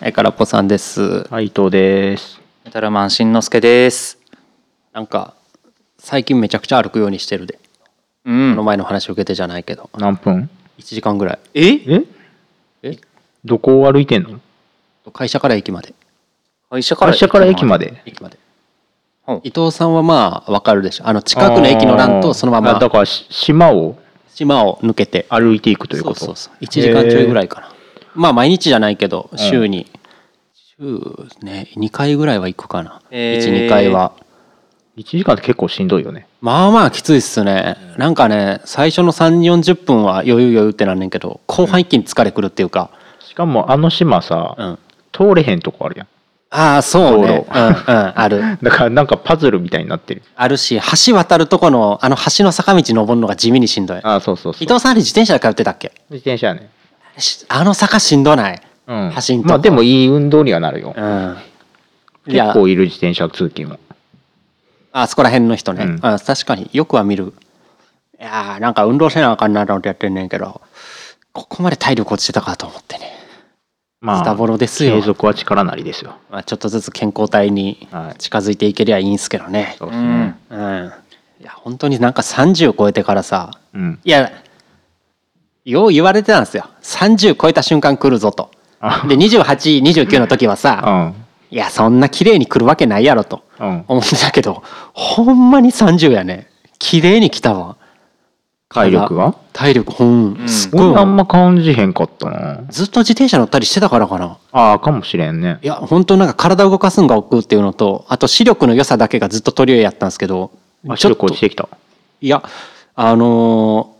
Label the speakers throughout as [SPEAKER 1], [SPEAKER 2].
[SPEAKER 1] はい、からぽさんです。
[SPEAKER 2] はい、伊藤です。
[SPEAKER 3] メタルマンしんのすけです。
[SPEAKER 1] なんか、最近めちゃくちゃ歩くようにしてるで。
[SPEAKER 3] う
[SPEAKER 1] この
[SPEAKER 3] ん。
[SPEAKER 1] 前の話を受けてじゃないけど、
[SPEAKER 2] 何分
[SPEAKER 1] 1時間ぐらい。
[SPEAKER 3] え
[SPEAKER 2] え
[SPEAKER 1] え
[SPEAKER 2] どこを歩いてんの
[SPEAKER 1] 会社から駅まで。
[SPEAKER 3] 会社から
[SPEAKER 2] 会社から駅まで。
[SPEAKER 1] 駅まで。
[SPEAKER 3] うん
[SPEAKER 1] 伊藤さんはまあ、わかるでしょ。あの、近くの駅の欄とそのま
[SPEAKER 2] あーあだ
[SPEAKER 1] ま
[SPEAKER 2] からし島を
[SPEAKER 1] 島を抜けて。
[SPEAKER 2] 歩いていくという
[SPEAKER 1] そ
[SPEAKER 2] こ
[SPEAKER 1] う
[SPEAKER 2] と。
[SPEAKER 1] そうそう。1時間ちょいぐらいかな。まあ、毎日じゃないけど、週に、週ね、2回ぐらいは行くかな。
[SPEAKER 3] へー
[SPEAKER 1] 1、2回は。
[SPEAKER 2] 1時間って結構しんどいよね。
[SPEAKER 1] まあまあきついっすねなんかね最初の3 4 0分は余裕余裕ってなんねんけど後半一気に疲れくるっていうか、
[SPEAKER 2] しかもあの島さ、
[SPEAKER 1] うん、
[SPEAKER 2] 通れへんとこあるやん。
[SPEAKER 1] ああそうね
[SPEAKER 2] 道
[SPEAKER 1] うんうんある
[SPEAKER 2] だからなんかパズルみたいになってる。
[SPEAKER 1] あるし橋渡るとこのあの橋の坂道登るのが地味にしんどい
[SPEAKER 2] あーそうそうそう。
[SPEAKER 1] 伊藤さんあれ自転車で通ってたっけ
[SPEAKER 2] 自転車やね。
[SPEAKER 1] しあの坂しんどない
[SPEAKER 2] うん。
[SPEAKER 1] 走んとこ
[SPEAKER 2] まあでもいい運動にはなるよ。
[SPEAKER 1] うんい
[SPEAKER 2] 結
[SPEAKER 1] や
[SPEAKER 2] 構いる自転車通勤も。
[SPEAKER 1] あそこら辺の人ね、
[SPEAKER 2] うん
[SPEAKER 1] あ確かによくは見るいやーなんか運動せなあかんなと思ってやってんねんけどここまで体力落ちてたかと思ってね
[SPEAKER 2] ま
[SPEAKER 1] ズタボロ
[SPEAKER 2] あ、
[SPEAKER 1] ですよ
[SPEAKER 2] 継続は力なりですよ。
[SPEAKER 1] まあ、ちょっとずつ健康体に
[SPEAKER 2] はい
[SPEAKER 1] 近づいていけりゃいいんすけどね、
[SPEAKER 2] そう
[SPEAKER 3] う
[SPEAKER 2] ですね
[SPEAKER 3] ん。。
[SPEAKER 1] うんいや本当になんか30超えてからさ
[SPEAKER 2] うん。
[SPEAKER 1] いやよう言われてたんですよ30超えた瞬間来るぞと
[SPEAKER 2] あ
[SPEAKER 1] で2829の時は
[SPEAKER 2] う
[SPEAKER 1] さ
[SPEAKER 2] ん。
[SPEAKER 1] いやそんな綺麗に来るわけないやろと
[SPEAKER 2] うん。
[SPEAKER 1] 思ってたけどほんまに30やね綺麗に来たわ
[SPEAKER 2] 体力は
[SPEAKER 1] 体力うん
[SPEAKER 3] ん
[SPEAKER 1] すっごい
[SPEAKER 2] 俺
[SPEAKER 1] わ
[SPEAKER 2] あんま感じへんかったな。
[SPEAKER 1] ずっと自転車乗ったりしてたからかな
[SPEAKER 2] ああ、かもしれんね。
[SPEAKER 1] いや本当なんか体動かすんが億劫っていうのとあと視力の良さだけがずっと取り合いやったんですけど
[SPEAKER 2] あ
[SPEAKER 1] ちょ
[SPEAKER 2] 視
[SPEAKER 1] っ
[SPEAKER 2] 力
[SPEAKER 1] と
[SPEAKER 2] 落ちてきた。
[SPEAKER 1] いやあのー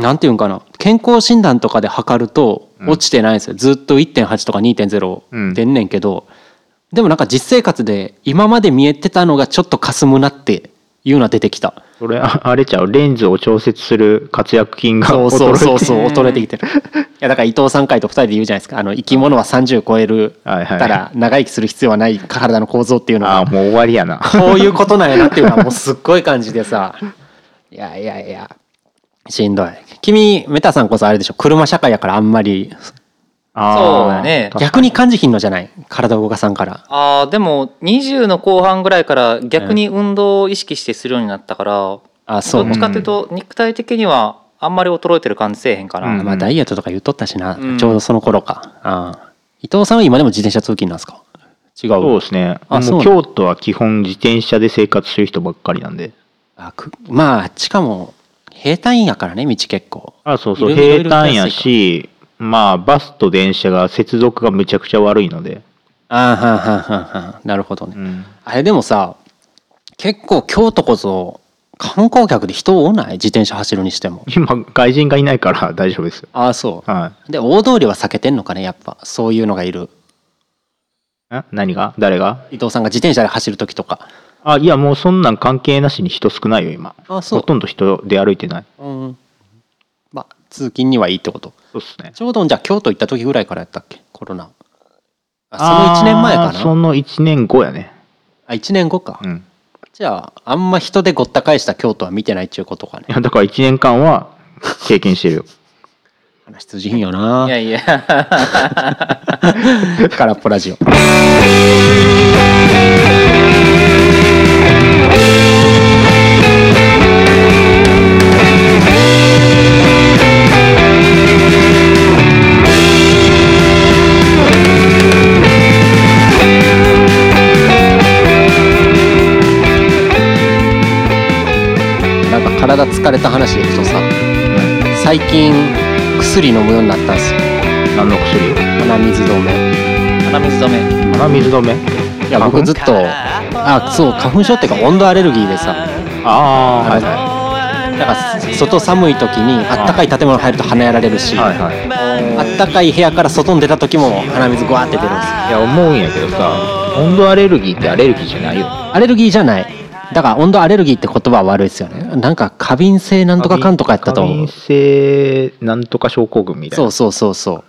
[SPEAKER 1] なんていうんかな健康診断とかで測ると
[SPEAKER 2] うん
[SPEAKER 1] 落ちてないんですよ、ずっと1.8とか
[SPEAKER 2] うん
[SPEAKER 1] 2.0出んねんけど、でもなんか実生活で今まで見えてたのがちょっと霞むなっていうのは出てきた
[SPEAKER 2] それああれちゃうレンズを調節する活躍筋が
[SPEAKER 1] そう
[SPEAKER 2] 衰
[SPEAKER 1] そ
[SPEAKER 2] え
[SPEAKER 1] う
[SPEAKER 2] て
[SPEAKER 1] そうそう衰えてきてるいやだから伊藤さん会と2人で言うじゃないですかあの生き物は30超える
[SPEAKER 2] はいはい
[SPEAKER 1] たら長生きする必要はない体の構造っていうのが
[SPEAKER 2] ああもう終わりやな
[SPEAKER 1] こういうことなんやなっていうのはもうすっごい感じでさ。いやいやいや、しんどい。君、メタさんこそあれでしょ、車社会やからあんまり、
[SPEAKER 2] ああ
[SPEAKER 3] そうだね
[SPEAKER 2] 確か
[SPEAKER 1] 逆に感じひんのじゃない体動かさんから。
[SPEAKER 3] ああ、でも20の後半ぐらいから逆に運動を意識してするようになったから、
[SPEAKER 1] あ、そ
[SPEAKER 3] ど
[SPEAKER 1] う
[SPEAKER 3] っ。ちかっていうと肉体的にはあんまり衰えてる感じせえへんか
[SPEAKER 2] う
[SPEAKER 3] な。
[SPEAKER 2] ん
[SPEAKER 1] まあ、ダイエットとか言っとったしな、
[SPEAKER 3] うん
[SPEAKER 1] ちょうどその頃か。ああ伊藤さんは今でも自転車通勤なんですか違う。
[SPEAKER 2] そうですね
[SPEAKER 1] あそう
[SPEAKER 2] も
[SPEAKER 1] ね
[SPEAKER 2] う京都は基本自転車で生活する人ばっかりなんで
[SPEAKER 1] あくまあ、しかも、平坦やからね、道結構。
[SPEAKER 2] あそうそう
[SPEAKER 1] いろいろ
[SPEAKER 2] 平坦やしまあバスと電車が接続がむちゃくちゃ悪いので、
[SPEAKER 1] ああ、はんはんはんはん。なるほどね。
[SPEAKER 2] うん、
[SPEAKER 1] あれでもさ結構京都こそ観光客で人多ない自転車走るにしても
[SPEAKER 2] 今外人がいないから大丈夫です
[SPEAKER 1] ああそ
[SPEAKER 2] は
[SPEAKER 1] うで大通りは避けてんのかねやっぱそういうのがいる
[SPEAKER 2] いん何が誰が
[SPEAKER 1] 伊藤さんが自転車で走る時とか
[SPEAKER 2] あいやもうそんなん関係なしに人少ないよ今
[SPEAKER 1] あ
[SPEAKER 2] ほとんど人で歩いてない
[SPEAKER 1] うんまあ通勤にはいいってこと
[SPEAKER 2] そうっすね
[SPEAKER 1] ちょうどじゃあ京都行った時ぐらいからやったっけコロナあその1年前
[SPEAKER 2] あ
[SPEAKER 1] か
[SPEAKER 2] ー
[SPEAKER 1] な
[SPEAKER 2] その1年後やね
[SPEAKER 1] あ1年後か、
[SPEAKER 2] うん
[SPEAKER 1] じゃああんま人でごった返した京都は見てないっちゅうことかね
[SPEAKER 2] いやだから1年間は経験してるよ
[SPEAKER 1] 話通じひんよない
[SPEAKER 3] やいや。
[SPEAKER 1] 空っぽラジオ。なんか体疲れた話でいくとさ
[SPEAKER 2] うん
[SPEAKER 1] 最近薬飲むようになったんですよ
[SPEAKER 2] 何の薬よ
[SPEAKER 1] 鼻水止め
[SPEAKER 3] 鼻水止め。
[SPEAKER 2] 鼻水止め
[SPEAKER 1] いや
[SPEAKER 2] 花粉
[SPEAKER 1] 僕ずっとあそう花粉症っていうか温度アレルギーでさ
[SPEAKER 2] ああは
[SPEAKER 1] あ
[SPEAKER 2] いは
[SPEAKER 1] だから外寒い時にあったかい建物入ると鼻やられるし、
[SPEAKER 2] いはいはいい
[SPEAKER 1] あったかい部屋から外に出た時も鼻水グワーって出るんですよ
[SPEAKER 2] や思うんやけどさ温度アレルギーってアレルギーじゃないよ
[SPEAKER 1] アレルギーじゃないだから温度アレルギーって言葉は悪いですよねなんか過敏性なんとかかんとかやったと
[SPEAKER 2] 過
[SPEAKER 1] 思う
[SPEAKER 2] 敏性なんとか症候群みたい
[SPEAKER 1] そ
[SPEAKER 2] な
[SPEAKER 1] うそうそうそ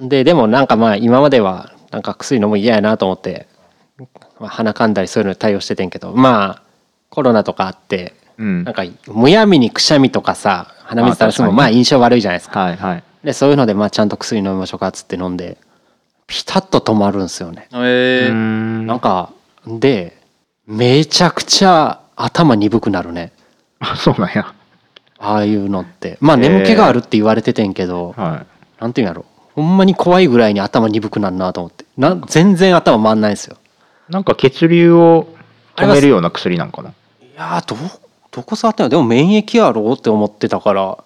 [SPEAKER 1] うででもなんかまあ今まではなんか薬飲むの嫌やなと思って、まあ、鼻かんだりそういうのに対応しててんけどまあコロナとかあって
[SPEAKER 2] う、ん、
[SPEAKER 1] なんかむやみにくしゃみとかさ鼻水垂らすのも
[SPEAKER 2] ま
[SPEAKER 1] ま
[SPEAKER 2] あ確かに
[SPEAKER 1] あ印象悪いじゃないですか
[SPEAKER 2] はいはい
[SPEAKER 1] でそういうのでまあちゃんと薬飲みましょうかっつって飲んでピタッと止まるんですよね。
[SPEAKER 3] えー
[SPEAKER 2] ん
[SPEAKER 1] なんかでめちゃくちゃ頭鈍くなるね
[SPEAKER 2] あ そうなんや。
[SPEAKER 1] ああいうのってまあ
[SPEAKER 2] えー
[SPEAKER 1] 眠気があるって言われててんけど、
[SPEAKER 2] は
[SPEAKER 1] なんていうんやろほんまに怖いぐらいに頭鈍くなるなと思ってなん全然頭回んないんですよ
[SPEAKER 2] い。なんか血流を止めるような薬なんかな。。
[SPEAKER 1] いやーどどこ触ってんのでも免疫やろうって思ってたから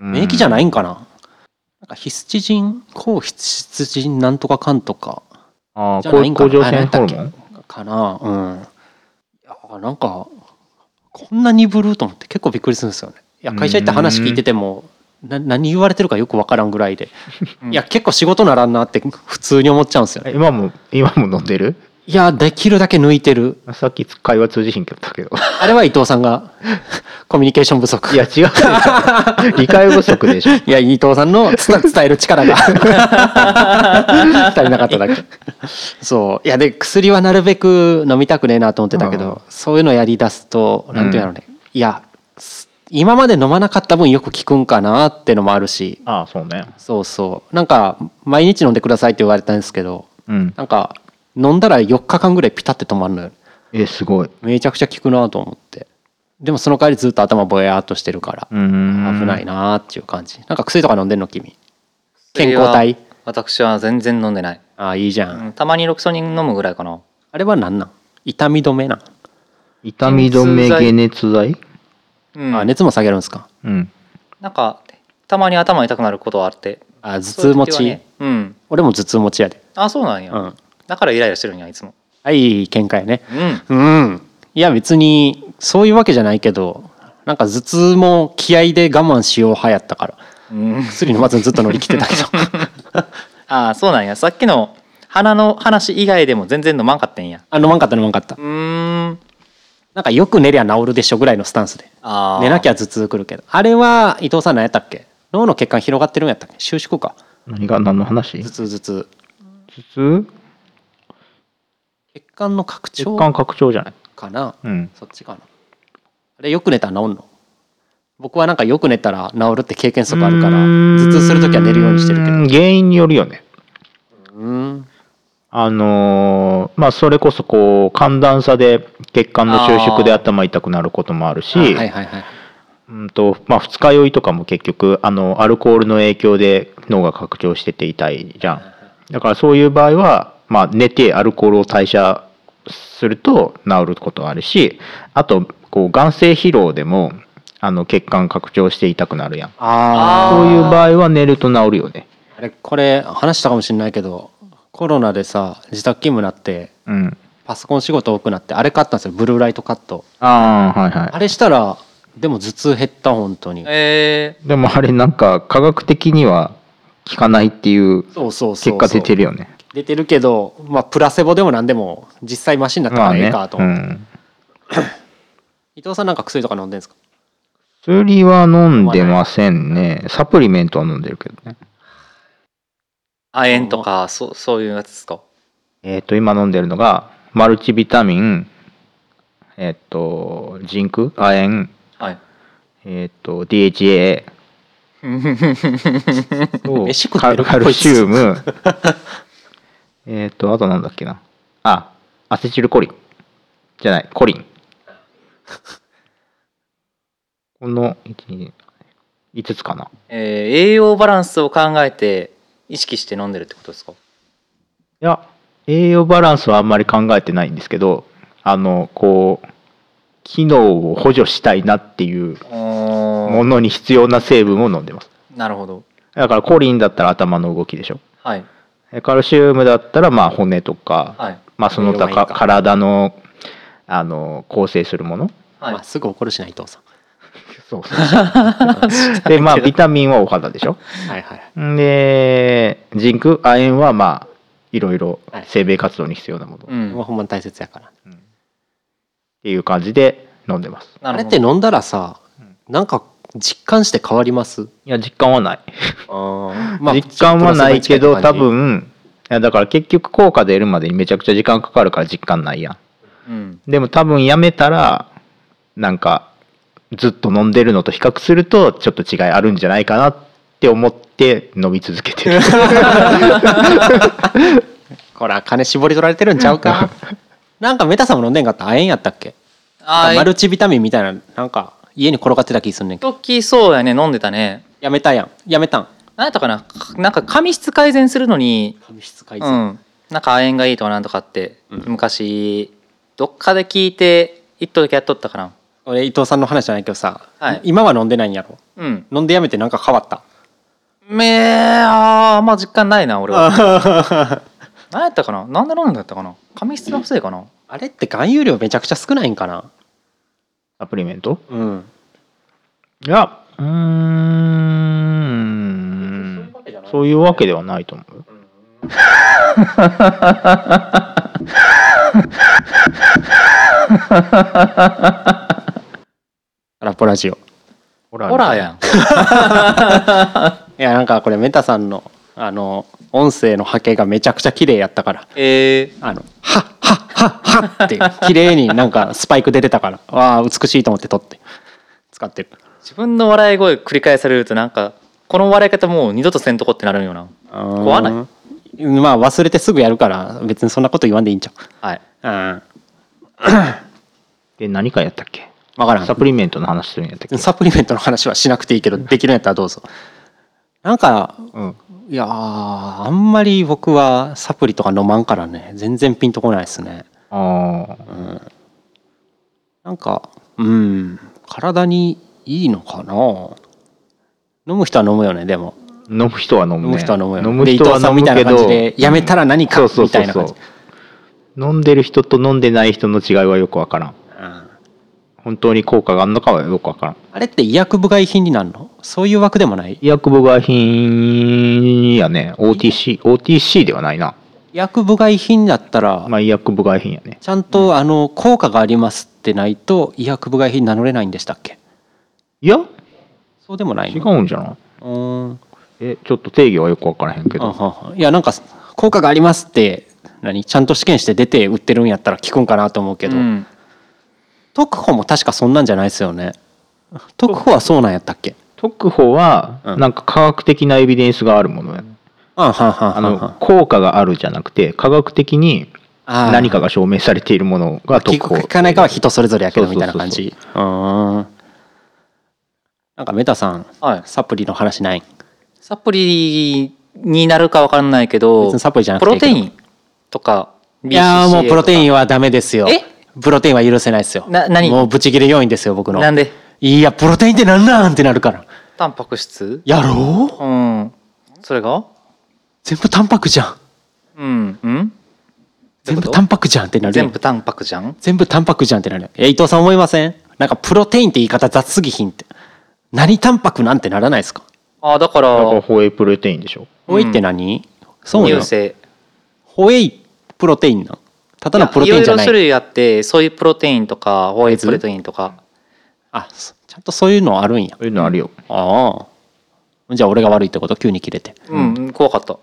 [SPEAKER 1] 免疫じゃないいんかな,、なんかヒスチジン抗ヒスチジンなんとかかんとか
[SPEAKER 2] ああ、
[SPEAKER 1] じゃないんか
[SPEAKER 2] 甲
[SPEAKER 1] な
[SPEAKER 2] 状腺ホル
[SPEAKER 1] あ
[SPEAKER 2] モ
[SPEAKER 1] なん
[SPEAKER 2] ン
[SPEAKER 1] かなうんいやーなんかこんなにぶると思って結構びっくりするんですよねいや会社行って話聞いててもな何言われてるかよくわからんぐらいで
[SPEAKER 3] うん
[SPEAKER 1] いや結構仕事ならんなって普通に思っちゃうんですよね
[SPEAKER 2] え今も、今も飲んで る
[SPEAKER 1] いやできるだけ抜いてる
[SPEAKER 2] さっき会話通じひんかった けど。
[SPEAKER 1] あれは伊藤さんがコミュニケーション不足
[SPEAKER 2] いや、違うでし ょ。理解不足でしょ。
[SPEAKER 1] いや伊藤さんの 伝伝える力が足りなかっただけそういやで薬はなるべく飲みたくねえなと思ってたけど、そういうのやりだすとなんていうのね、いやす今まで飲まなかった分よく効くんかなってのもあるし
[SPEAKER 2] ああ、そうね。
[SPEAKER 1] そうそうなんか毎日飲んでくださいって言われたんですけど
[SPEAKER 2] うん。
[SPEAKER 1] なんか飲んだら4日間ぐらいピタって止まるのよ
[SPEAKER 2] え、すごい。
[SPEAKER 1] めちゃくちゃ効くなと思ってでもその代わりずっと頭ぼやーっとしてるから
[SPEAKER 2] うーん。
[SPEAKER 1] 危ない
[SPEAKER 2] い。
[SPEAKER 1] なーっていう感じなんか薬とか飲んでんの君健康体
[SPEAKER 3] 薬は私は全然飲んでない、
[SPEAKER 1] ああいいじゃん、
[SPEAKER 3] うんたまにロキソニン飲むぐらいかな
[SPEAKER 1] あれは何なん痛み止めなん、
[SPEAKER 2] 痛み止め解熱剤
[SPEAKER 3] うん
[SPEAKER 1] あ熱も下げるんですか
[SPEAKER 2] うん。
[SPEAKER 3] なんかたまに頭痛くなることはあって
[SPEAKER 1] あ頭痛持
[SPEAKER 3] そう
[SPEAKER 1] ち、
[SPEAKER 3] いう時はねうん
[SPEAKER 1] 俺も頭痛持ちやで
[SPEAKER 3] あそうなんや、
[SPEAKER 1] うん
[SPEAKER 3] だからイライラしてるんやいつも
[SPEAKER 1] はい見解ね
[SPEAKER 3] うん
[SPEAKER 1] うんいや別にそういうわけじゃないけどなんか頭痛も気合で我慢しよう派やったから
[SPEAKER 3] うん、
[SPEAKER 1] 薬飲まずにずっと乗り切ってたけど
[SPEAKER 3] ああそうなんやさっきの鼻の話以外でも全然飲まんかったんや
[SPEAKER 1] あ飲まんかった飲まんかった
[SPEAKER 3] うーん
[SPEAKER 1] なんかよく寝りゃ治るでしょぐらいのスタンスで
[SPEAKER 3] あ
[SPEAKER 1] 寝なき
[SPEAKER 3] ゃ
[SPEAKER 1] ゃ頭痛くるけどあれは伊藤さん何やったっけ脳の血管広がってるんやったっけ収縮か
[SPEAKER 2] 何が何の話
[SPEAKER 1] 頭
[SPEAKER 2] 頭
[SPEAKER 1] 痛頭痛
[SPEAKER 2] 痛
[SPEAKER 1] 血管の拡
[SPEAKER 2] 血
[SPEAKER 1] 張
[SPEAKER 2] 管拡張じゃない
[SPEAKER 1] かな
[SPEAKER 2] うん。
[SPEAKER 1] そっちかなあれよく寝たら治んの僕はなんかよく寝たら治るって経験則あるから
[SPEAKER 2] うーん
[SPEAKER 1] 頭痛する時は寝るようにしてるけど
[SPEAKER 2] 原因によるよね。
[SPEAKER 1] うん
[SPEAKER 2] あのーまあそれこそこう寒暖差で血管の収縮で頭痛くなることもあるし
[SPEAKER 1] あはいはいはい
[SPEAKER 2] うんとまあ、二日酔いとかも結局あのアルコールの影響で脳が拡張してて痛いじゃんだからそういう場合は、まあ、寝てアルコールを代謝すると治ることあるしあとこう眼性疲労でもあの血管拡張して痛くなるやん
[SPEAKER 1] あ
[SPEAKER 2] そういう場合は寝ると治るよね
[SPEAKER 1] ああれこれ話したかもしれないけどコロナでさ自宅勤務になって
[SPEAKER 2] うん
[SPEAKER 1] パソコン仕事多くなってあれ買ったんですよブルーライトカット
[SPEAKER 2] ああはい
[SPEAKER 1] あ
[SPEAKER 2] は
[SPEAKER 1] れしたらでも頭痛減った本当に
[SPEAKER 3] え
[SPEAKER 2] いでもあれなんか科学的には効かないってい
[SPEAKER 1] そうそう
[SPEAKER 2] う
[SPEAKER 1] そうそ
[SPEAKER 2] 結
[SPEAKER 1] う
[SPEAKER 2] 果出てるよね
[SPEAKER 1] 出てるけど、まあ、プラセボでも何でも実際マシになった
[SPEAKER 2] ま
[SPEAKER 1] か
[SPEAKER 2] あ
[SPEAKER 1] らええ
[SPEAKER 2] ね
[SPEAKER 1] かと、
[SPEAKER 2] うん
[SPEAKER 1] 伊藤さんなんか薬とか飲んでんですか
[SPEAKER 2] 薬は飲んでませんね。サプリメントは飲んでるけどね。
[SPEAKER 3] ー、亜鉛とかそそういうやつですか
[SPEAKER 2] えっ、と、今飲んでるのが、マルチビタミン、えっ、と、ジンク、亜鉛、
[SPEAKER 3] はい
[SPEAKER 2] えっ、と、DHA と
[SPEAKER 1] 飯食っ
[SPEAKER 2] カ
[SPEAKER 1] て
[SPEAKER 2] ル
[SPEAKER 1] る
[SPEAKER 2] カルシウム、 えっと、あとなんだっけな。あ、アセチルコリン。じゃない、コ リン。この、1、2、5つかな。
[SPEAKER 3] えー栄養バランスを考えて意識して飲んでるってことですか
[SPEAKER 2] いや栄養バランスはあんまり考えてないんですけどあのこう機能を補助したいなっていうも
[SPEAKER 3] も
[SPEAKER 2] のに必要な成分を飲んでます
[SPEAKER 3] なるほど
[SPEAKER 2] だからコリンだったら頭の動きでしょ
[SPEAKER 3] はい
[SPEAKER 2] カルシウムだったらまあ骨とか、
[SPEAKER 3] はい
[SPEAKER 2] まあ、その
[SPEAKER 1] 栄養
[SPEAKER 2] 他
[SPEAKER 1] がいい
[SPEAKER 2] か
[SPEAKER 1] か
[SPEAKER 2] 体のあの構成するもの
[SPEAKER 3] はい
[SPEAKER 1] まあ、すぐ怒るしな伊藤さん
[SPEAKER 2] そうそう でまあビタミンはお肌でしょ
[SPEAKER 1] はいはい
[SPEAKER 2] んでジンク亜鉛はまあいろいろ生命活動に必要なもの、
[SPEAKER 3] う
[SPEAKER 2] っ
[SPEAKER 3] ん
[SPEAKER 1] もうほんまに大切やから
[SPEAKER 2] ていう感じで飲んでます
[SPEAKER 3] な
[SPEAKER 1] あれ
[SPEAKER 3] るほ
[SPEAKER 1] って
[SPEAKER 3] ど
[SPEAKER 1] 飲んだらさなんか実感して変わります
[SPEAKER 2] いや実感はない
[SPEAKER 1] あ、
[SPEAKER 2] 実感はないけど多
[SPEAKER 1] い
[SPEAKER 2] 分いやだから結局効果出るまでにめちゃくちゃ時間かかるから実感ないや
[SPEAKER 3] う
[SPEAKER 2] ん
[SPEAKER 3] ん
[SPEAKER 2] でも多分やめたらなんかずっと飲んでるのと比較するとちょっと違いあるんじゃないかなっって思って飲み続けて る
[SPEAKER 1] こら金絞り取られてるんちゃう かなんかメタさんも飲んでんかった亜鉛やったっけ
[SPEAKER 3] あ
[SPEAKER 1] マ
[SPEAKER 3] ー
[SPEAKER 1] ルチビタミンみたいななんか家に転がってた気すんねんけど
[SPEAKER 3] 時そうやね飲んでたね
[SPEAKER 1] やめたやんやめたん
[SPEAKER 3] 何やったかななんか髪質改善するのに
[SPEAKER 1] 紙質改
[SPEAKER 3] う
[SPEAKER 1] 善、
[SPEAKER 3] んなんか亜鉛がいいとかなんとかって、
[SPEAKER 1] うん
[SPEAKER 3] 昔どっかで聞いて一頭だけやっとったかな
[SPEAKER 1] 俺伊藤さんの話じゃないけどさ、
[SPEAKER 3] はい
[SPEAKER 1] 今は飲んでないんやろ
[SPEAKER 3] うん
[SPEAKER 1] 飲んでやめてなんか変わった
[SPEAKER 3] めーあーあんま実感ないな 俺は何やったかななんで飲んだったかな髪質のせいかな
[SPEAKER 1] あれって含有量めちゃくちゃ少ないんかな
[SPEAKER 2] サプリメント
[SPEAKER 1] うん
[SPEAKER 2] いやうーんそういうわけではないと思うよ
[SPEAKER 1] ラッポラジオい
[SPEAKER 2] ほ
[SPEAKER 3] ホラー やん
[SPEAKER 1] やなんかこれメタさんのあの音声の波形がめちゃくちゃ綺麗やったから
[SPEAKER 3] えー、
[SPEAKER 1] あの「はっはっはっは」って綺麗になんかスパイク出てたから わあ美しいと思って撮って使ってる
[SPEAKER 3] 自分の笑い声繰り返されるとなんかこの笑い方もう二度とせんとこってなるんよな
[SPEAKER 1] 壊
[SPEAKER 3] ない
[SPEAKER 1] まあ忘れてすぐやるから別にそんなこと言わんでいいんちゃ
[SPEAKER 3] はいう
[SPEAKER 1] うん
[SPEAKER 2] で何かやったっけ
[SPEAKER 1] 分からん
[SPEAKER 2] サプリメントの話するんやったっけ
[SPEAKER 1] サプリメントの話はしなくていいけどできるんやったらどうぞなんか
[SPEAKER 2] うん
[SPEAKER 1] いやーあんまり僕はサプリとか飲まんからね全然ピンとこないですね
[SPEAKER 2] ああ
[SPEAKER 1] なんかうん体にいいのかな飲む人は飲むよねでも
[SPEAKER 2] 飲む人は飲むね
[SPEAKER 1] 飲む人は飲むよね
[SPEAKER 2] 飲む
[SPEAKER 1] で伊
[SPEAKER 2] 人は
[SPEAKER 1] 藤さ
[SPEAKER 2] 飲
[SPEAKER 1] んみ
[SPEAKER 2] む
[SPEAKER 1] たい
[SPEAKER 2] け
[SPEAKER 1] な感
[SPEAKER 2] ど
[SPEAKER 1] じでやめたら何か
[SPEAKER 2] うんそう
[SPEAKER 1] み
[SPEAKER 2] そ
[SPEAKER 1] た
[SPEAKER 2] う
[SPEAKER 1] いな
[SPEAKER 2] そう
[SPEAKER 1] 感
[SPEAKER 2] そ
[SPEAKER 1] じ
[SPEAKER 2] う飲んでる人と飲んでない人の違いはよくわからん
[SPEAKER 1] うん
[SPEAKER 2] 本当に効果があるのかはよくわからん
[SPEAKER 1] あれって医薬部外品になるのそういう枠でもない
[SPEAKER 2] 医薬部外品やね OTCOTC ではないな
[SPEAKER 1] 医薬部外品だったら
[SPEAKER 2] まあ医薬部外品やね
[SPEAKER 1] ちゃんとあの効果がありますってないと医薬部外品名乗れないんでしたっけ
[SPEAKER 2] いや
[SPEAKER 1] そうでもない
[SPEAKER 2] 違
[SPEAKER 1] の
[SPEAKER 2] うんじゃないう
[SPEAKER 1] ーん
[SPEAKER 2] えちょっと定義はよくわからへんけ
[SPEAKER 1] あは
[SPEAKER 2] ど
[SPEAKER 1] はいやなんか効果がありますって何ちゃんと試験して出て売ってるんやったら効くんかなと思うけど、
[SPEAKER 3] うん
[SPEAKER 1] 特保も確かそんなんじゃないですよね特保はそうなんやったっけ
[SPEAKER 2] 特保は
[SPEAKER 1] うん
[SPEAKER 2] なんか科学的なエビデンスがあるものや、
[SPEAKER 1] あははは
[SPEAKER 2] あの効果があるじゃなくて科学的に
[SPEAKER 1] あー
[SPEAKER 2] 何かが証明されているものが特
[SPEAKER 1] 聞
[SPEAKER 2] 保
[SPEAKER 1] く聞かないかは人それぞれやけどみたいな感
[SPEAKER 2] そ
[SPEAKER 1] じうーんなんかメタさん
[SPEAKER 3] はい
[SPEAKER 1] サプリの話ない
[SPEAKER 3] サプリになるかわかんないけ
[SPEAKER 1] 別
[SPEAKER 3] ど
[SPEAKER 1] にサプリじゃな
[SPEAKER 3] プ
[SPEAKER 1] くてい
[SPEAKER 3] ロ
[SPEAKER 1] いけ
[SPEAKER 3] テ
[SPEAKER 1] ど
[SPEAKER 3] インとか
[SPEAKER 1] いやーもうプロテイ
[SPEAKER 3] ン
[SPEAKER 1] ンはダメですよ
[SPEAKER 3] え
[SPEAKER 1] プロテインは許せないですよ
[SPEAKER 3] な何
[SPEAKER 1] もうブチギレ要因ですよ僕の
[SPEAKER 3] なんで
[SPEAKER 1] いやプロテインってなんなんってなるから
[SPEAKER 3] タンパク質
[SPEAKER 1] やろう
[SPEAKER 3] うんそれが
[SPEAKER 1] 全部タンパクじゃん
[SPEAKER 3] うんうん
[SPEAKER 1] 全
[SPEAKER 3] ど
[SPEAKER 1] 部
[SPEAKER 3] ういうこと
[SPEAKER 1] タンパクじゃんってなるやん
[SPEAKER 3] 全部タンパクじゃん
[SPEAKER 1] 全部タンパクじゃんってなるやんえ伊藤さん思いませんなんかプロテインって言い方雑すぎひんって何タンパクなんてならないですか
[SPEAKER 3] あーだから
[SPEAKER 2] だからホエイプロテインでしょ
[SPEAKER 1] ホエイって何、そうよ
[SPEAKER 3] 乳製
[SPEAKER 1] ホエイプロテインなんただのプロテインじゃない
[SPEAKER 3] やいろいろ種類あってそういうプロテインとかホエイプロテインとか
[SPEAKER 1] あそちゃんとそういうのあるんや
[SPEAKER 2] そういうのあるよ、
[SPEAKER 1] ああじゃあ俺が悪いってこと急に切れ て
[SPEAKER 3] うん怖かった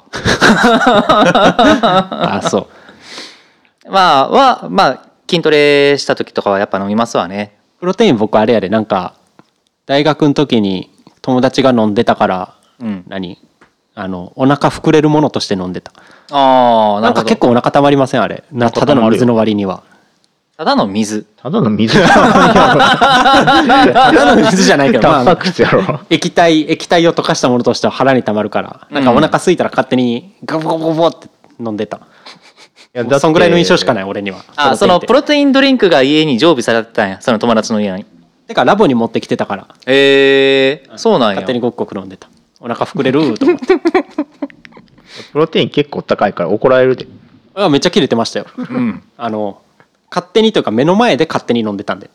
[SPEAKER 1] ああそう
[SPEAKER 3] まあはまあ筋トレした時とかはやっぱ飲みますわね
[SPEAKER 1] プロテイン僕あれやでなんか大学の時に友達が飲んでたから
[SPEAKER 3] うん
[SPEAKER 1] 何あのお腹膨れるものとして飲んでた
[SPEAKER 3] ああ
[SPEAKER 1] な
[SPEAKER 3] なんるほ
[SPEAKER 1] か
[SPEAKER 3] ど
[SPEAKER 1] 結構お腹たまりませんあれなただの水の割には
[SPEAKER 3] ただの水
[SPEAKER 2] ただの水タ
[SPEAKER 1] ただの水じゃないけ ど、 ま
[SPEAKER 2] ンパ
[SPEAKER 1] あ、
[SPEAKER 2] ク質やろ
[SPEAKER 1] 液体液体を溶かしたものとしては腹にたまるからなんかお腹空いたら勝手にガボガボガボって飲んでた
[SPEAKER 2] や
[SPEAKER 1] そんぐらいの印象しかない俺には
[SPEAKER 3] あそのプ
[SPEAKER 1] ロテインっ
[SPEAKER 3] ロテインドリンクが家に常備されてたんやその友達の家に
[SPEAKER 1] ててかラボに持ってきてたから
[SPEAKER 3] えー、そうなんや
[SPEAKER 1] 勝手にごくごく飲んでたお腹膨れると思って
[SPEAKER 2] プロテイン結構高いから怒られるで
[SPEAKER 1] あめっちゃ切れてましたよ
[SPEAKER 3] うん
[SPEAKER 1] あの勝手にというか目の前で勝手に飲んでたんで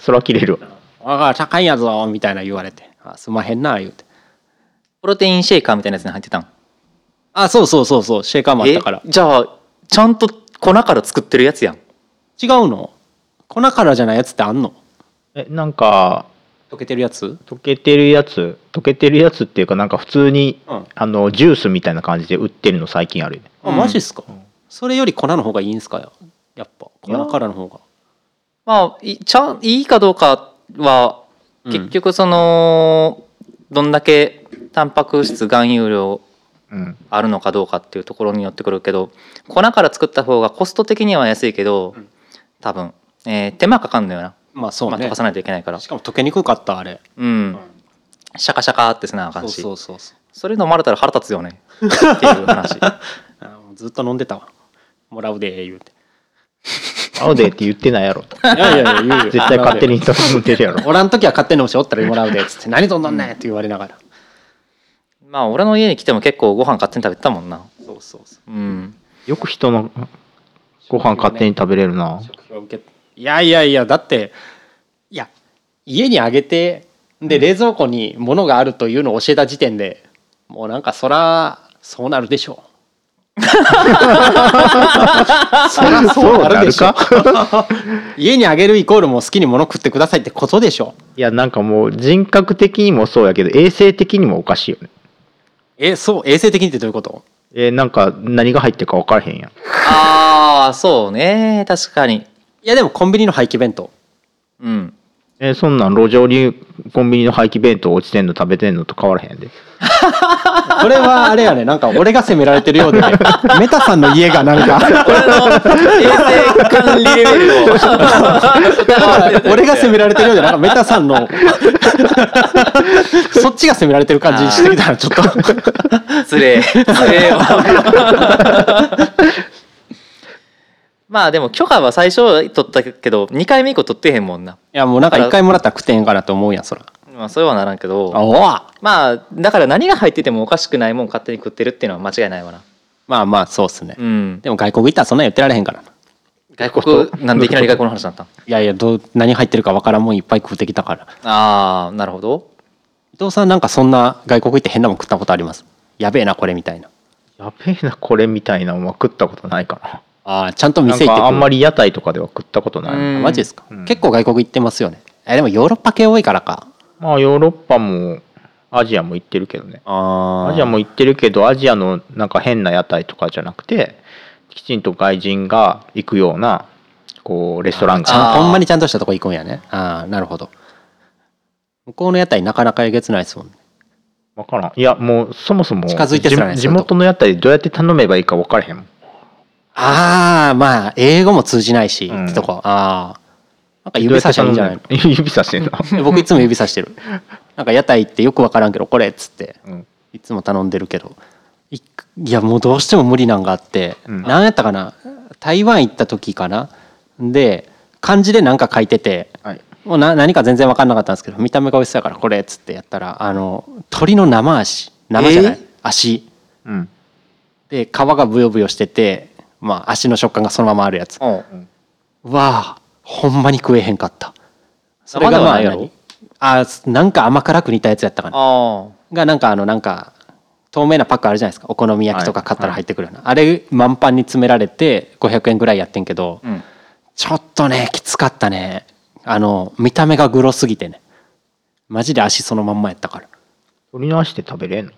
[SPEAKER 2] それは切れるわ
[SPEAKER 1] 「ああ高いんやぞ」みたいな言われて「あすまへんな」言うて
[SPEAKER 3] プロテインシェイカーみたいなやつに入ってたん
[SPEAKER 1] 「あそうそうそうそうシェイカーもあったから
[SPEAKER 3] えじゃあちゃんと粉から作ってるやつやん
[SPEAKER 1] 違うの粉からじゃないやつってあんの
[SPEAKER 2] えなんか
[SPEAKER 1] 溶けてるやつ
[SPEAKER 2] 溶けてるやつ溶けてるやつっていうかなんか普通に、
[SPEAKER 1] うん
[SPEAKER 2] あのジュースみたいな感じで売ってるの最近あるよね
[SPEAKER 1] あマジっすか、それより粉の方がいいんすかよやっぱ粉からの方が
[SPEAKER 3] まあいちゃんいいかどうかは
[SPEAKER 1] うん
[SPEAKER 3] 結局その、どんだけタンパク質含有量
[SPEAKER 2] うん
[SPEAKER 3] あるのかどうかっていうところによってくるけど粉から作った方がコスト的には安いけど
[SPEAKER 1] うん
[SPEAKER 3] 多分、えー手間かかんのよな、
[SPEAKER 1] まあそう
[SPEAKER 3] まあ、
[SPEAKER 1] ね、
[SPEAKER 3] 溶かさないといけないから
[SPEAKER 1] しかも溶けにくかったあれ、
[SPEAKER 3] うん、シャカシャカってすなあか
[SPEAKER 1] そう
[SPEAKER 3] んし
[SPEAKER 1] そうそうそう
[SPEAKER 3] それ飲まれたら腹立つよねっていう話
[SPEAKER 1] あのずっと飲んでたわもらうで言うて
[SPEAKER 2] なのでって言ってない やろ
[SPEAKER 1] いやいやいや言うよ
[SPEAKER 2] 絶対勝手に飲んでるやろ
[SPEAKER 1] おらん時は勝手に飲むしおったらもらうでっつって何とんどんねんって言われながら、
[SPEAKER 3] まあ俺の家に来ても結構ご飯勝手に食べてたもんな
[SPEAKER 1] そうそうそう
[SPEAKER 3] うん
[SPEAKER 2] よく人のご飯勝手に食べれるな
[SPEAKER 1] 食費を受けいやいやいやだっていや家にあげてで冷蔵庫に物があるというのを教えた時点でもうなんかそらそうなるでしょ う そらそうなるでしょう家にあげるイコールもう好きに物食ってくださいってことでしょう
[SPEAKER 2] いやなんかもう人格的にもそうやけど衛生的にもおかしいよね
[SPEAKER 1] えそう衛生的にってどういうこと
[SPEAKER 2] えーなんか何が入ってるか分からへんやん
[SPEAKER 3] ああそうね確かに
[SPEAKER 1] いやでもコンビニの廃棄弁当
[SPEAKER 3] うん
[SPEAKER 2] えーそんなん路上にコンビニの廃棄弁当落ちてんの食べてんのと変わらへんで
[SPEAKER 1] これはあれやねなんか俺が責められてるようでねメタさんの家がなん か
[SPEAKER 3] 俺の衛生管理レベルを
[SPEAKER 1] 俺が責められてるようでなんかメタさん のそっちが責められてる感じしてきたらちょっと
[SPEAKER 3] つれえつれえわまあでも許可は最初取ったけど2回目以降取ってへんもんな、
[SPEAKER 1] いやもうなんか一回もらったら食ってへんかなと思うやんそら
[SPEAKER 3] まあ、そうはならんけど
[SPEAKER 1] おわ
[SPEAKER 3] まあだから何が入っててもおかしくないもん勝手に食ってるっていうのは間違いないわな
[SPEAKER 1] まあまあそうっすね、
[SPEAKER 3] うん
[SPEAKER 1] でも外国行ったらそんなん言ってられへんからない
[SPEAKER 3] 外国なんでいきなり外国の話になったん
[SPEAKER 1] やいやどう何入ってるかわからんもんいっぱい食ってきたから
[SPEAKER 3] ああなるほど
[SPEAKER 1] 伊藤さんなんかそんな外国行って変なもん食ったことありますやべえなこれみたいな
[SPEAKER 2] やべえなこれみたいなのは食ったことないか
[SPEAKER 1] ああちゃんと
[SPEAKER 2] なな
[SPEAKER 1] 店
[SPEAKER 2] ん
[SPEAKER 1] 行って
[SPEAKER 2] かあんま
[SPEAKER 1] り
[SPEAKER 2] り屋台とかでは食ったことない、
[SPEAKER 3] うん
[SPEAKER 1] マジですか、
[SPEAKER 2] うん
[SPEAKER 1] 結構外国行ってますよねえでもヨーロッパ系多いからか
[SPEAKER 2] まあヨーロッパもアジアも行ってるけどね
[SPEAKER 1] あ
[SPEAKER 2] アジアも行ってるけどアジアのなんか変な屋台とかじゃなくてきちんと外人が行くようなこうレストラン
[SPEAKER 1] ちゃ
[SPEAKER 2] が
[SPEAKER 1] んほんまにちゃんとしたとこ行くんやねああなるほど向こうの屋台なかなかえげつないですもんね
[SPEAKER 2] 分からんいやもうそもそも
[SPEAKER 1] 近づいてすらないそ
[SPEAKER 2] 地
[SPEAKER 1] う
[SPEAKER 2] 地
[SPEAKER 1] いうとこ
[SPEAKER 2] 元の屋台どうやって頼めばいいか分からへんもん
[SPEAKER 1] ああまあ英語も通じないし、
[SPEAKER 2] うん
[SPEAKER 1] ってとこああなんか指さしゃいいんじゃないの
[SPEAKER 2] どうやって頼んだ指さしてんの、
[SPEAKER 1] 僕いつも指さしてるなんか屋台行ってよくわからんけどこれっつって
[SPEAKER 2] うん
[SPEAKER 1] いつも頼んでるけどいいやもうどうしても無理なんがあって、
[SPEAKER 2] うん
[SPEAKER 1] なんやったかな台湾行った時かなで漢字で何か書いてて
[SPEAKER 2] はい、
[SPEAKER 1] もうな何か全然分かんなかったんですけど見た目が美味しそうやからこれっつってやったらあの鳥の生足生じゃない、
[SPEAKER 3] え
[SPEAKER 1] 足
[SPEAKER 2] うん
[SPEAKER 1] で皮がブヨブヨしてて、まあ、足の食感がそのままあるやつ
[SPEAKER 3] うん
[SPEAKER 1] わあほんまに食えへんかったそれが
[SPEAKER 3] 生では
[SPEAKER 1] ま
[SPEAKER 3] な
[SPEAKER 1] あ
[SPEAKER 3] いやろ
[SPEAKER 1] 何あすなんか甘辛く煮たやつやったかな
[SPEAKER 3] あ
[SPEAKER 1] がなんかあのなんか透明なパックあるじゃないですかお好み焼きとか買ったら入ってくるような、あれ満パンに詰められて500円ぐらいやってんけど、
[SPEAKER 3] あうん
[SPEAKER 1] ちょっとねきつかったねあの見た目がグロすぎてねマジで足そのまんまやったから
[SPEAKER 2] 取り直して食べれんの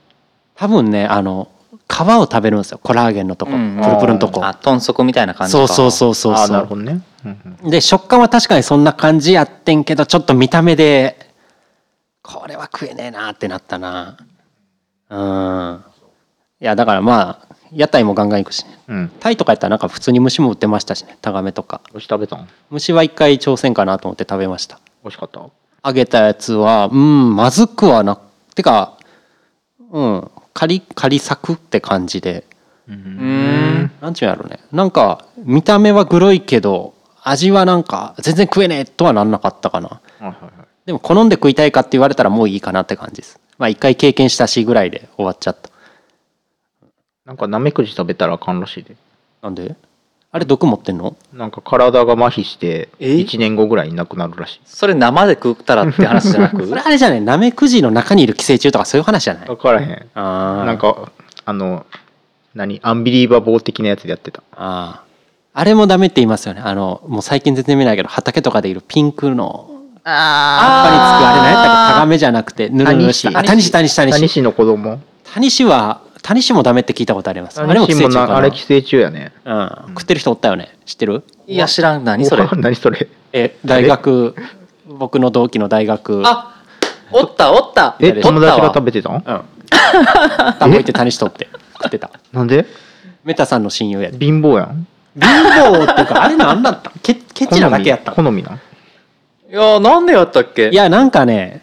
[SPEAKER 1] 多分ねあの皮を食べるんですよコラーゲンのとこ、
[SPEAKER 3] うん
[SPEAKER 1] プルプルのとこ
[SPEAKER 3] あ豚足みたいな感じ
[SPEAKER 1] そ
[SPEAKER 3] か
[SPEAKER 1] うそうそうそう
[SPEAKER 2] ああ
[SPEAKER 1] そ
[SPEAKER 2] なる
[SPEAKER 1] う
[SPEAKER 2] ほどね、うんうん
[SPEAKER 1] で食感は確かにそんな感じやってんけどちょっと見た目でこれは食えねえなってなったなうんいやだからまあ屋台もガンガン行くしね
[SPEAKER 2] うん、
[SPEAKER 1] タイとかやったらなんか普通に虫も売ってましたしねタガメとか
[SPEAKER 2] どうして食べたん
[SPEAKER 1] 虫は一回挑戦かなと思って食べました
[SPEAKER 2] 美味しかった
[SPEAKER 1] 揚げたやつはうんまずくはなてかうん仮仮作って感じで
[SPEAKER 2] う
[SPEAKER 3] うんーん
[SPEAKER 1] なんちゅうんやろねなんか見た目はグロいけど味はなんか全然食えねえとはなんなかったかな
[SPEAKER 2] はいはいはい
[SPEAKER 1] でも好んで食いたいかって言われたらもういいかなって感じですまあ一回経験したしぐらいで終わっちゃった
[SPEAKER 2] なんかナメクジ食べたらあかんらしいで
[SPEAKER 1] なんであれ毒持ってんの
[SPEAKER 2] なんか体が麻痺して
[SPEAKER 3] え
[SPEAKER 2] 1年後ぐらいになくなるらしい
[SPEAKER 3] それ生で食ったらって話じゃ な
[SPEAKER 1] それ
[SPEAKER 3] く
[SPEAKER 1] あれじゃないナメクジの中にいる寄生虫とかそういう話じゃない
[SPEAKER 2] 分からへん
[SPEAKER 1] あー
[SPEAKER 2] なんかあの何アンビリーバボー的なやつでやってた
[SPEAKER 1] あーあれもダメって言いますよねあのもう最近全然見ないけど畑とかでいるピンクの葉っぱにつくあれ何やったっけタガメじゃなくてぬるぬるしたあ
[SPEAKER 2] タ
[SPEAKER 1] タ
[SPEAKER 2] ニ
[SPEAKER 1] ニ
[SPEAKER 2] シ
[SPEAKER 1] シタニシタニ
[SPEAKER 2] 谷
[SPEAKER 1] シ
[SPEAKER 2] 氏の子供
[SPEAKER 1] タニシはタニシもダメって聞いたことありますあれも
[SPEAKER 2] 谷
[SPEAKER 1] 寄生虫
[SPEAKER 2] 氏も
[SPEAKER 1] か
[SPEAKER 2] な
[SPEAKER 1] な
[SPEAKER 2] あれ寄生虫やね
[SPEAKER 1] うん、食ってる人おったよね知ってる
[SPEAKER 3] いや知らん何それ
[SPEAKER 2] 何それ
[SPEAKER 1] え大学僕の同期の大学
[SPEAKER 3] あおったおった
[SPEAKER 2] え
[SPEAKER 1] 誰
[SPEAKER 2] 友達が
[SPEAKER 3] おった
[SPEAKER 2] 食
[SPEAKER 3] わ
[SPEAKER 2] べてたの
[SPEAKER 1] うん田んぼ行って谷しと って食ってた
[SPEAKER 2] なんで
[SPEAKER 1] メタさんの親友やで
[SPEAKER 2] 貧乏やん
[SPEAKER 1] 貧乏っていうかあれなんだったケケチな だけやった
[SPEAKER 2] 好みなん
[SPEAKER 3] いやなんでやったっけ
[SPEAKER 1] いやなんかね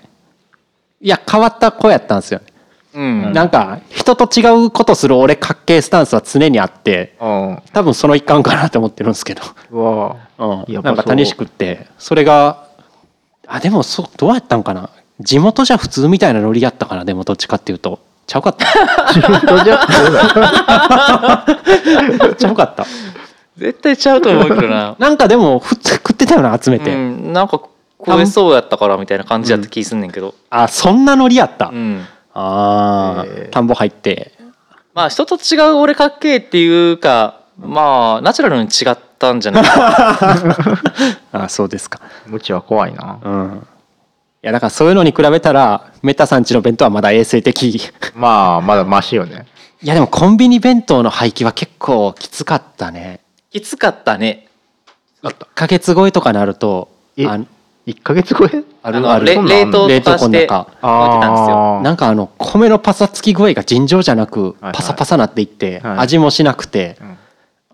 [SPEAKER 1] いや変わった子やったんですよ、
[SPEAKER 3] うん
[SPEAKER 1] なんか人と違うことする俺かっけえスタンスは常にあって
[SPEAKER 2] あ
[SPEAKER 1] 多分その一環かなと思ってるんですけど、
[SPEAKER 2] あわあ
[SPEAKER 1] うん、なんか楽しくってそれがあでもそうどうやったんかな地元じゃ普通みたいなノリやったかなでもどっちかっていうとちゃうかった
[SPEAKER 2] じゃそうだ
[SPEAKER 1] ちゃうかった
[SPEAKER 3] 絶対ちゃうと思うけ どな
[SPEAKER 1] なんかでもふつ食ってたよな集め
[SPEAKER 3] う
[SPEAKER 1] て、
[SPEAKER 3] んなんか超えそうやったからみたいな感じやった気すんねんけど
[SPEAKER 1] あそんなノリやった、
[SPEAKER 3] うん
[SPEAKER 1] あー
[SPEAKER 2] えー
[SPEAKER 1] 田んぼ入って
[SPEAKER 3] まあ人と違う俺かっけえっていうかまあナチュラルに違ったんじゃない か
[SPEAKER 1] あそうですか
[SPEAKER 2] 無知は怖いな
[SPEAKER 1] うんいやだからそういうのに比べたらメタさんちの弁当はまだ衛生的い
[SPEAKER 2] まあまだマシよね
[SPEAKER 1] やでもコンビニ弁当の廃棄は結構きつかったね
[SPEAKER 3] きつかったね
[SPEAKER 1] 1ヶ月超えとかなると
[SPEAKER 2] え
[SPEAKER 1] あ
[SPEAKER 2] 1か月超え
[SPEAKER 1] あ
[SPEAKER 3] あ
[SPEAKER 1] る
[SPEAKER 3] の
[SPEAKER 1] ある
[SPEAKER 3] れ
[SPEAKER 2] そんなんあ
[SPEAKER 3] 冷
[SPEAKER 2] ん
[SPEAKER 3] 凍
[SPEAKER 2] の
[SPEAKER 1] 冷凍
[SPEAKER 3] とか
[SPEAKER 1] 庫の
[SPEAKER 3] して
[SPEAKER 1] 中
[SPEAKER 3] 置いてたんですよ
[SPEAKER 1] なんかあの米のパサつき具合が尋常じゃなく
[SPEAKER 2] はい
[SPEAKER 1] パサパサなっていって
[SPEAKER 2] はい
[SPEAKER 1] 味もしなくて
[SPEAKER 2] うん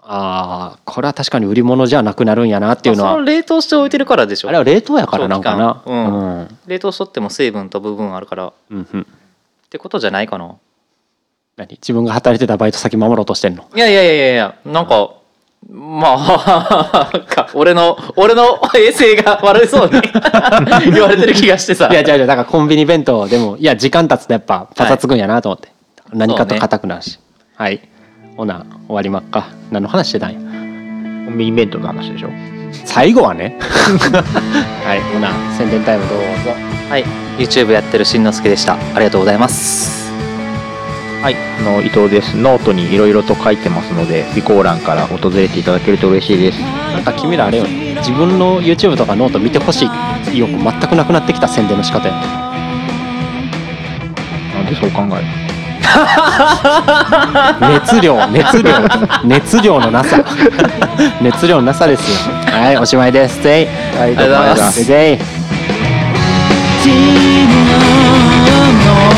[SPEAKER 1] ああこれは確かに売り物じゃなくなるんやなっていうの
[SPEAKER 3] まあそ
[SPEAKER 1] は
[SPEAKER 3] の冷凍して置いてるからでしょ
[SPEAKER 1] あれは冷凍やからなんかな
[SPEAKER 3] 長期間
[SPEAKER 1] うん
[SPEAKER 3] 冷凍しとっても水分と部分あるからっ
[SPEAKER 1] うんうん
[SPEAKER 3] てことじゃないかな
[SPEAKER 1] 何自分が働いてたバイト先守ろうとしてんの
[SPEAKER 3] いやいやいやいやいやなんかまあ なんか俺の俺の 衛生が悪そうに 言われてる気がしてさ
[SPEAKER 1] いや違う違うだからコンビニ弁当でもいや時間経つとやっぱパサつくんやなと思って、何かと硬くなるし、はいほな終わりまっか何の話してたんや
[SPEAKER 2] コンビニ弁当の話でしょ
[SPEAKER 1] 最後はね はいほな宣伝タイムどうぞ
[SPEAKER 3] はい YouTube やってるしんのすけでしたありがとうございます
[SPEAKER 2] はい、あの伊藤です。ノートにいろいろと書いてますので、備考欄から訪れていただけると嬉しいです。
[SPEAKER 1] なんか君らあれよね自分の YouTube とかノート見てほしい意欲全くなくなってきた宣伝の仕方や
[SPEAKER 2] なんでそう考える
[SPEAKER 1] 熱量熱量熱量のなさ熱量のなさですよはいおしまいですぜいはい
[SPEAKER 3] どうもありがとうございます
[SPEAKER 1] ぜい
[SPEAKER 4] Demon, no.